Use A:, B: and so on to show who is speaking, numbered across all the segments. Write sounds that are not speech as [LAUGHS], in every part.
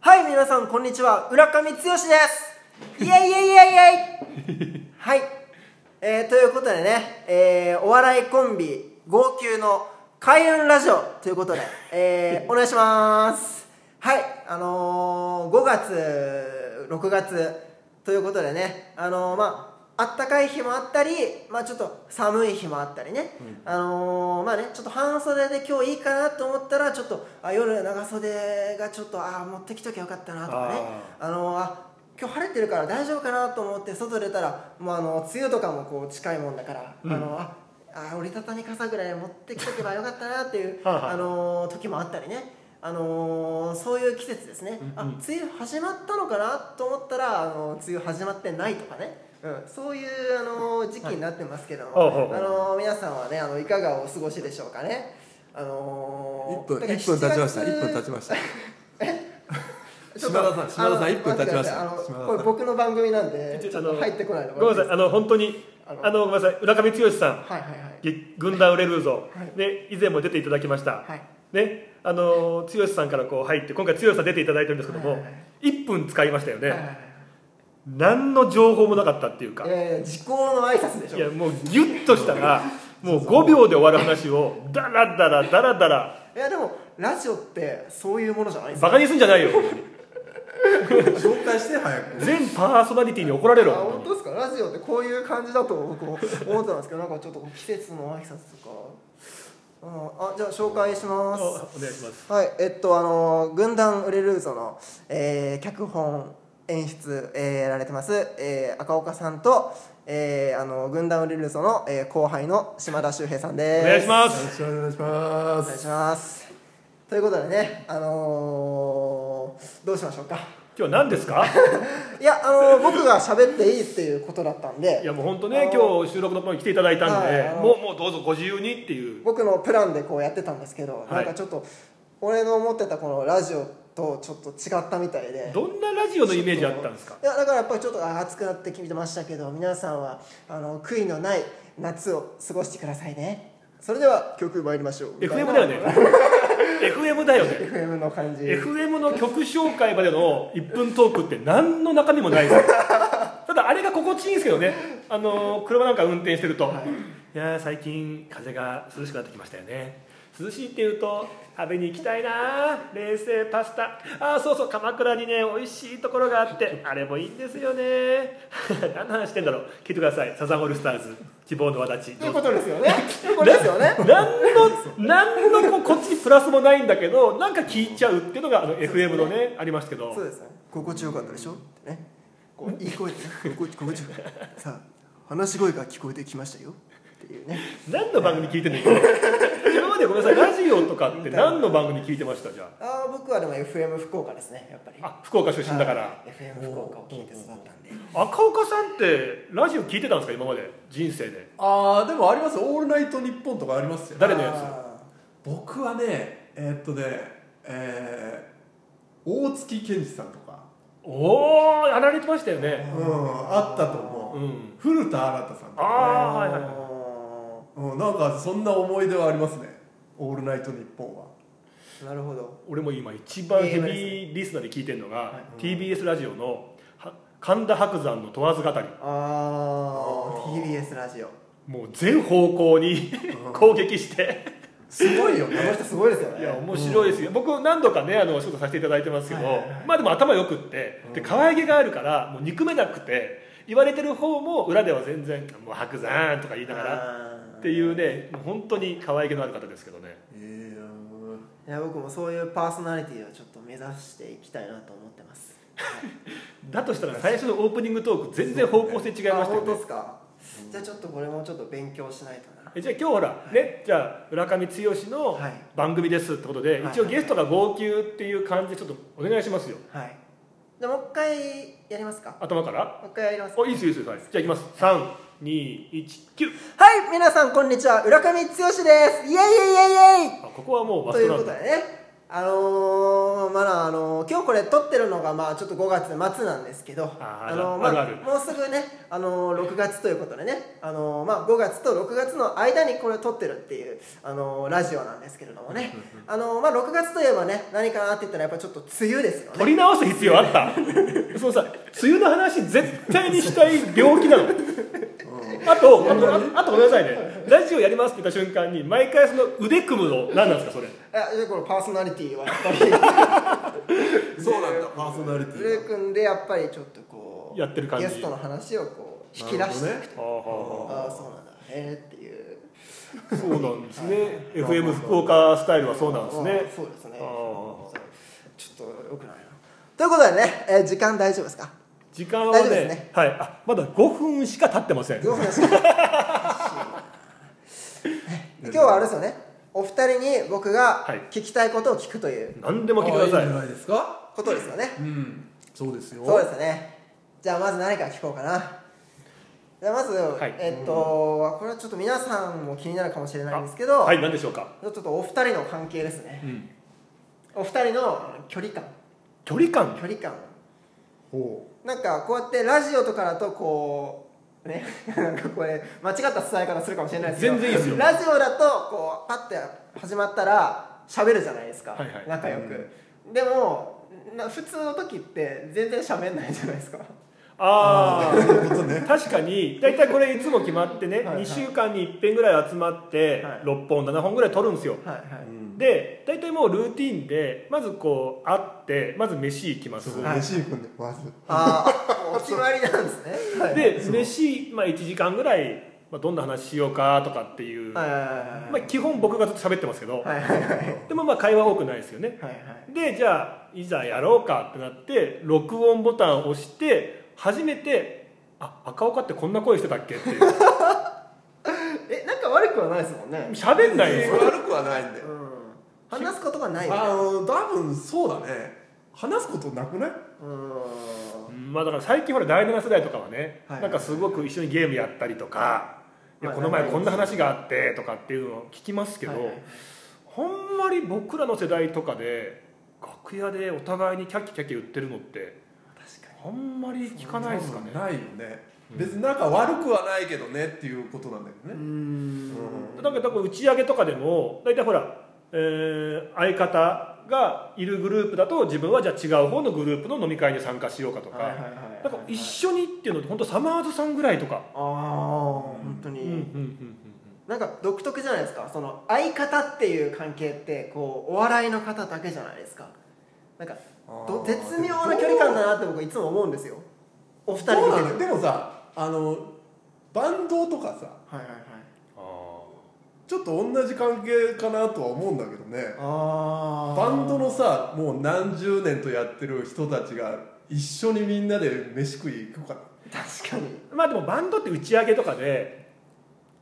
A: はい皆さんこんにちは浦上剛ですイエイイエイイエイイエイはい、えーということでね、えーお笑いコンビ号泣の開運ラジオということで、え [LAUGHS] ーお願いしますはいあのー、5月6月ということでねあのーまああったかい日もあったり、まあ、ちょっと寒い日もあったりね、あのーまあねちょっと半袖で今日いいかなと思ったらちょっとあ夜長袖がちょっとあー持ってきときゃよかったなとかねあのーあ今日晴れてるから大丈夫かなと思って外出たらもうあの梅雨とかもこう近いもんだから、あのああ折りたたみ傘ぐらい持ってきとけばよかったなっていう
B: はいはい
A: あのー時もあったりね、あのーそういう季節ですね、あ梅雨始まったのかなと思ったら、あのー梅雨始まってないとかね、うん、そういう、あのー時期になってますけども、
B: はいおうおうおう
A: あのー皆さんはねあのいかがお過ごしでしょうかね、あの
C: 一
A: ー
C: 分
A: だから
C: 一分経ちました
A: 7
C: 一
A: 月
C: 分経ちま [LAUGHS] した
A: ちょっ
C: 島田さん
A: と
C: 島田さん
A: あの
C: 一分経ちました
A: あの
C: 島田さん
A: これ僕の番組なんで
B: ち
A: ち
B: ょ
A: ょ
B: っ
A: っ
B: と
A: と入ってこないの
B: ごめんなさいあの本当に
A: あの
B: あのごめんなさい浦上剛さん
A: はいはいはい
B: げ軍団売れるぞ、
A: はい
B: で以前も出ていただきました、
A: はい
B: ねあの剛さんからこう入って今回剛さん出ていただいてるんですけども、
A: はいはい
B: 1分使いましたよね、
A: はいはいはい
B: 何の情報もなかったっていうか、
A: いやいや時効の挨拶でしょ
B: いやもうギュッとしたらもう5秒で終わる話をダラダラダラダラ
A: いやでもラジオってそういうものじゃないです
B: バカにすんじゃないよ
C: 紹介して早く
B: 全パーソナリティに怒られ
A: あ
B: ろ
A: 本当ですかラジオってこういう感じだと僕思ってたんですけどなんかちょっと季節の挨拶とか、うん、あじゃあ紹介し
B: お
A: ま
B: お
A: す
B: 願いします
A: はいえっとあの軍団売れるぞの、えー脚本演出、えーやられてます、えー赤岡さんと、えーあの軍団売れるぞの、えー後輩の島田秀平さんで
B: お
A: す
B: 願いしま
C: よ
B: す
C: ろしくお願いしま
A: お願い
C: す
A: しますということでねあのーどうしましょうか
B: 今日は何ですか
A: いやあのー僕が喋っていいっていうことだったんで
B: いやもう本当ね今日収録の方に来ていただいたんで、
A: はい
B: もうもうどうぞご自由にっていう
A: 僕のプランでこうやってたんですけど、
B: い
A: なんかちょっと俺の思ってたこのラジオとちょっと違ったみたいで
B: どんなラジオのイメージあったんですか
A: いやだからやっぱりちょっとあー暑くなってきてましたけど皆さんはあの悔いのない夏を過ごしてくださいねそれでは曲参りましょう
B: FM だ
A: [LAUGHS]
B: よね FM だよね
A: FM の感じ
B: FM の曲紹介までの1分トークって何の中身もないですただあれが心地いいんですけどねあの車なんか運転してると、い、やー最近風が涼しくなってきましたよね涼しいっていうと食べに行きたいなー冷製パスタああそうそう鎌倉にね美味しいところがあってあれもいいんですよね [LAUGHS] 何の話してんだろう聞いてくださいサザンオールスターズ希望の輪立ち
A: ということですよねということですよね
B: 何の何のこうこっちにプラスもないんだけどなんか聞いちゃうっていうのがあの FM のねありましたけど
A: そうですね心地よかったでしょってねこういい声でね心地心地よかったさあ話し声が聞こえてきましたよっていうね
B: 何の番組聞いてんの今今までごめんなさいラジオとかって何の番組聞いてましたじゃ
A: ああ僕はでも FM 福岡ですねやっぱり
B: ああ福岡出身だから
A: はい FM 福岡を聞いて育ったんで
B: 赤岡さんってラジオ聞いてたんですか今まで人生で
C: ああでもありますよオールナイトニッポンとかありますよ
B: 誰のや
A: つ
B: つ
C: 僕はねえーっとねえー、大月健二さんとか
B: おおやられてましたよ
C: う
B: ね
C: んあったと思う、
B: うん
C: 古田新太さんと
B: あ
C: か、
B: あはいはいはい
C: うん、なんかそんな思い出はありますねオールナイトニッポン
A: な
C: は
A: るほど
B: 俺も今一番ヘビーリスナーで聞いてるのが TBS ラジオのは神田伯山の問わず語り
A: ああ
C: あー
A: TBS ラジオ
B: もう全方向に [LAUGHS] 攻撃して
C: すごいよ
A: あの
C: ね
A: 人すごいですよ
B: いや
A: ね
B: 面白いですよ、僕何度かねあのお仕事させていただいてますけど、まあでも頭よくってで可愛げがあるからもう憎めなくて言われてる方も裏では全然「もう白山」とか言いながら
A: あー
B: っていうねもう本当に可愛げのある方ですけどね
C: ええー
A: いや僕もそういうパーソナリティをちょっと目指していきたいなと思ってます
B: だとしたら最初のオープニングトーク全然方向性違いま
A: あ
B: したよ
A: 本当
B: ね
A: ですかじゃあちょっとこれもちょっと勉強しないとな
B: えじゃあ今日ほらねじゃあ村上剛の
A: はい
B: 番組ですってことで
A: はい
B: 一応ゲストが号泣っていう感じでちょっとお願いしますよ
A: はい。じゃあもう一回やりますか。も
B: 頭から
A: う一回やりますか。
B: おいいですよいいですよはいじゃあいきます3 2 1 9
A: はい、皆さんこんにちは、浦上剛です。イエイイエイイエイイエイ。
B: あここはもうマ
A: と
B: ス
A: い
B: ト
A: う
B: な
A: こ
B: ん
A: と
B: だ
A: でね、あのーのまだあの今日これ撮ってるのがまあちょっと5月末なんですけど
B: あー
A: の
B: ある
A: ま
B: ある
A: もうすぐねあの6月ということでねあの、まあ、5月と6月の間にこれ撮ってるっていうあのラジオなんですけれどもねあの、まあ、6月といえばね何かなって言ったらやっぱちょっと梅雨ですよね
B: 取り直す必要あった
A: [LAUGHS]
B: そのさ梅雨の話絶対にしたい病気なのあとあとああとごめんなさいねラジオやりますって言った瞬間に毎回その腕組むの何なんですかそれ
A: あでこのパーソナリティはやっぱ [LAUGHS] り
C: そうなんだパーソナリティ
A: ルー君でやっぱりちょっとこう
B: やってる感じ
A: ゲストの話をこう引き出していくと、
C: ほどね
A: ああそうなんだへえっていう
B: そうなんですね FM 福岡スタイルはそうなんですね
A: あそうですね
B: あー
A: ちょっとよくないなということでね、えー時間大丈夫ですか
B: 時間は
A: 大丈夫
B: ね
A: ですね
B: はい、あまだ5分しか経ってません
A: 5分です今日はあれですよねお二人に僕が
B: はい
A: 聞きたいことを聞くという
B: 何でも聞いてくだ
C: あいいんじゃ
B: さい
C: ないですか
A: ことですよね、
C: うんそうですよ
A: そうですねじゃあまず何から聞こうかなじゃあまず、
B: い
A: えっとこれはちょっと皆さんも気になるかもしれないんですけど、
B: はい何でしょうか、
A: ちょっとお二人の関係ですねお二人の距離感
B: 距離感
A: 距離感
C: ほ
A: なんかこうやってラジオとかだとこうね [LAUGHS] なんかこれ間違った伝え方するかもしれないですけど
B: 全然いいですよ
A: ラジオだとこうパッて始まったら喋るじゃないですか、
B: はいはい
A: 仲良く、でもな普通の時って全然喋んないじゃないです
B: [LAUGHS]
A: か
B: ああ
C: うそういうことね
B: 確かに大体これいつも決まってね
A: はいはい
B: 2週間に1遍ぐらい集まって
A: はい
B: 6本7本ぐらい撮るんですよ
A: はいはい、
C: うん
B: で大体もうルーティンでまずこう会ってまず飯行きます
C: そう
A: はい
C: 嬉しい君でまず
A: ああ
B: [LAUGHS]
A: お決まりなんですねはい
B: で飯、まあ、1時間ぐらい、まあ、どんな話しようかとかっていう、
A: はいはい
B: まあ、基本僕がずっと喋ってますけど、
A: はいはいはいはいはい
B: でもまあ会話多くないですよね
A: はい
B: でじゃあいざやろうかってなって録音ボタンを押して初めて「あ赤岡ってこんな声してたっけ?」っていう
A: えなんか悪くはないですもんね
B: 喋んないですよ
C: 悪くはないんだ
A: う
C: よ
A: ん話すことがないよね
C: あの多分そうだね話すことなくない
A: うん
B: まあだから最近ほら第7世代とかはね、
A: はい
B: なんかすごく一緒にゲームやったりとか、い
A: まあ
B: やこの前こんな話があってとかっていうのを聞きますけど、
A: はいはいはい
B: ほんまに僕らの世代とかで楽屋でお互いにキャッキキャッキ言ってるのって
A: 確かに
B: あんまり聞かないですかね
C: 多分ないよね別になんか悪くはないけどねっていうことなんだけどね
A: ん
B: だけど打ち上げとかでも大体ほら、えー相方がいるグループだと自分はじゃあ違う方のグループの飲み会に参加しようかとか、
A: はいはいはいはい
B: なんか一緒にっていうのって本当サマーズさんぐらいとか、
A: ああ本当に、なんか独特じゃないですかその相方っていう関係ってこうお笑いの方だけじゃないですかなんかど
C: あー
A: 絶妙な距離感だなって僕いつも思うんですよお二人
C: どう
A: 見
C: な
A: て
C: の
A: て
C: でもさあのバンドとかさ
A: はいはいはい
C: ちょっと同じ関係かなとは思うんだけどね
A: あ
C: バンドのさもう何十年とやってる人たちが一緒にみんなで飯食い行くか
A: 確かに
B: まあでもバンドって打ち上げとかで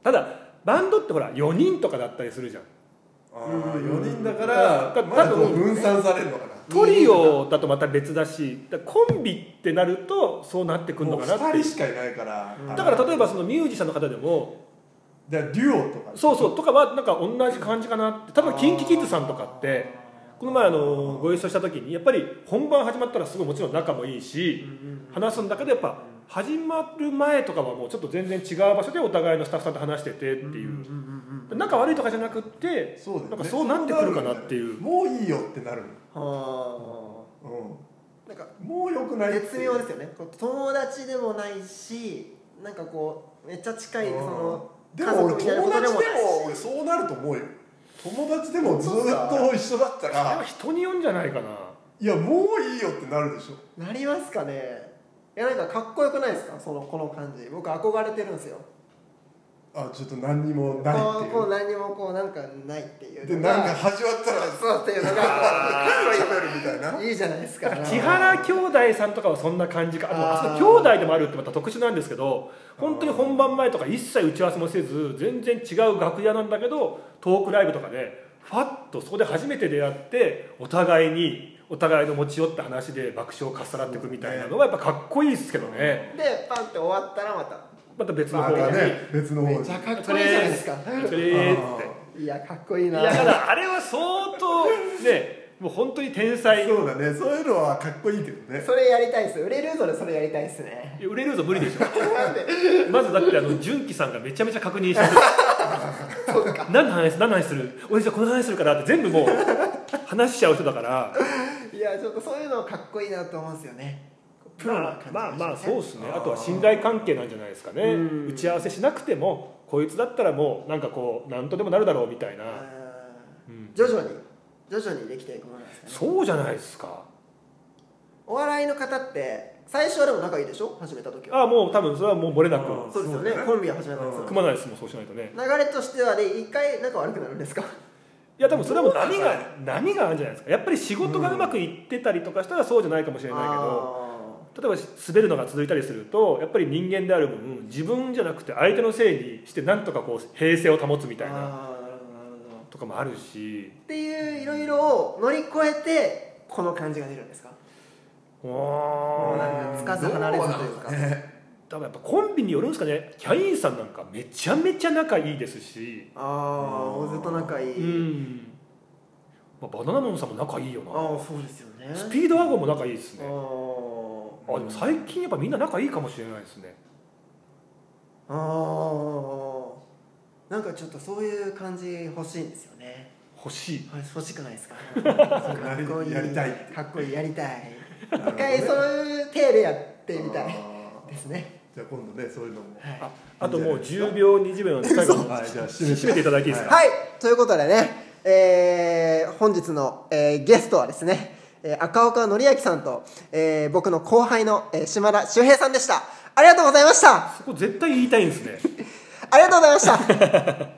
B: ただバンドってほら4人とかだったりするじゃん
C: なあ
A: うん
C: ー4人だか
B: だ
C: らまだ
B: 多
C: こう
B: 分
C: 分散されるのかな
B: トリオだとまた別だしだからコンビってなるとそうなってくる
C: も
B: の
C: う
B: かなって
C: 2
B: いう
C: 人しかいないから
A: うん
B: だから例えばそのミュージシャンの方でも
C: だからデュオとか
B: そうそうとかはなんか同じ感じかなって例えば KinKiKids さんとかってこの前あのご一緒した時にやっぱり本番始まったらすごいもちろん仲もいいし話すんだけどやっぱ始まる前とかはもうちょっと全然違う場所でお互いのスタッフさんと話しててっていう仲悪いとかじゃなくって
C: そうだよね
B: なんかそうなってくるかなっていう
C: もういいよってなる
A: は
C: の、
A: あなんか
C: うん、もうよくないってい
A: 絶
C: う
A: 妙ですよねこう友達でもないしなんかこうめっちゃ近いその
C: でも俺
A: 家族み
C: 友
A: たいなことでも
C: 達でも
A: ないし
C: 俺そうなると思うよ友達でもずっと一緒だった
B: あれは
C: ら
B: 人によるんじゃないかない
C: やもういいよってなるでしょ
A: なりますかねいやなんかかっこよくないですかそのこの感じ僕憧れてるんですよ
C: あちょっと何にもない
A: こ
C: っ
A: う
C: て
A: こう
C: い
A: 何にもこうなんかないっていうう
C: で
A: の
C: な
A: が
C: んか始まったら
A: そうっていうのが
C: [LAUGHS] 喋るみたいな
A: ないいじゃないですか
B: だから千原兄弟さんとかはそんな感じかあと
A: あー
B: あそこ兄弟でもあるってまた特殊なんですけど本当に本番前とか一切打ち合わせもせず全然違う楽屋なんだけどトークライブとかでファッとそこで初めて出会ってお互いにお互いの持ち寄った話で爆笑をかっさらっていくみたいなのがやっぱかっこいいですけどね
A: でパンって終わったらまた
B: また別の
C: ま
B: 方に
C: たね別の方に
A: めちゃかっこいいじゃないですか
B: 「お疲れーっつって
A: いやかっこいい
B: いや
A: な
B: だからあれは相当ねもう本当に天才
C: そうだねそういうのはかっこいいけどね
A: それやりたいっす売れるぞでそれやりたいっすね
B: いや売れるぞ無理でしょ [LAUGHS] まずだってあの純喜さんがめちゃめちゃ確認してる何の話何の話するおじさんこの話するからって全部もう話しちゃう人だから
A: いやちょっとそういうのかっこいいなと思うんですよねプロな感じ
B: まあまあまあ
A: ですね
B: そうですね
C: あー
B: あとは信頼関係なんじゃないですかね
A: うん
B: 打ち合わせしなくてもこいつだったらもうなんかこう何とでもなるだろうみたいな、
A: う
B: うんん
A: 徐々に徐々にできていくものなんですかね
B: そうじゃないですか
A: お笑いの方って最初はでも仲いいでしょ始めた時は
B: ああもう多分それはもう漏れなく
C: あ
A: そうですよね
C: そうだね
A: コンビが始めたんですよ
C: うん
B: 組まないですもんそうしないとね
A: 流れとしてはで一回仲悪くなるんですか
B: いや多分それはもう波
C: どうなん
B: が波があるんじゃないですかやっぱり仕事がうまくいってたりとかしたらそうじゃないかもしれないけど、例えば滑るのが続いたりするとやっぱり人間である分自分じゃなくて相手のせいにしてなんとかこう平静を保つみ
A: あー
B: たいな
A: あーなるほどなるほど
B: とかもあるし
A: っていういろいろを乗り越えてこの感じが出るんですか
B: う
A: もう
B: ーん
A: なんかつかず離れずというか
C: どうなんだろうね
B: 多分やっぱコンビによるんですかねキャインさんなんかめちゃめちゃ仲いいですし
A: ああ
C: うん
A: ずっと仲いうい、
B: ん、まあ、バナナマンさんも仲いいよ
A: あ
B: な
A: あそうですよね
B: スピードワゴンも仲いいです
A: あ
B: ね
A: ー
B: あでも最近やっぱみんな仲いいかもしれないですね
A: あーなんかちょっとそういう感じ欲しいんですよね
B: 欲しい
A: あれ欲しくないですか
C: や
A: か
C: り
A: っこいい
C: やりたいって
A: かっこいいやりたい
C: なるほ
A: 一
C: どね
A: 回そういう手でやってみたい
C: あー
A: ですね
C: じゃあ今度ねそういうのも
A: はい
B: ああともう10秒20秒なんで最後に
C: はいじゃあ締めて
B: 締めていただいていいですか、
A: はい、ということでね、えー本日の、えーゲストはですね、えー赤岡典明さんと、えー僕の後輩の、えー島田秀平さんでした。ありがとうございました。
B: そこ絶対言いたいんですね
A: ありがとうございました。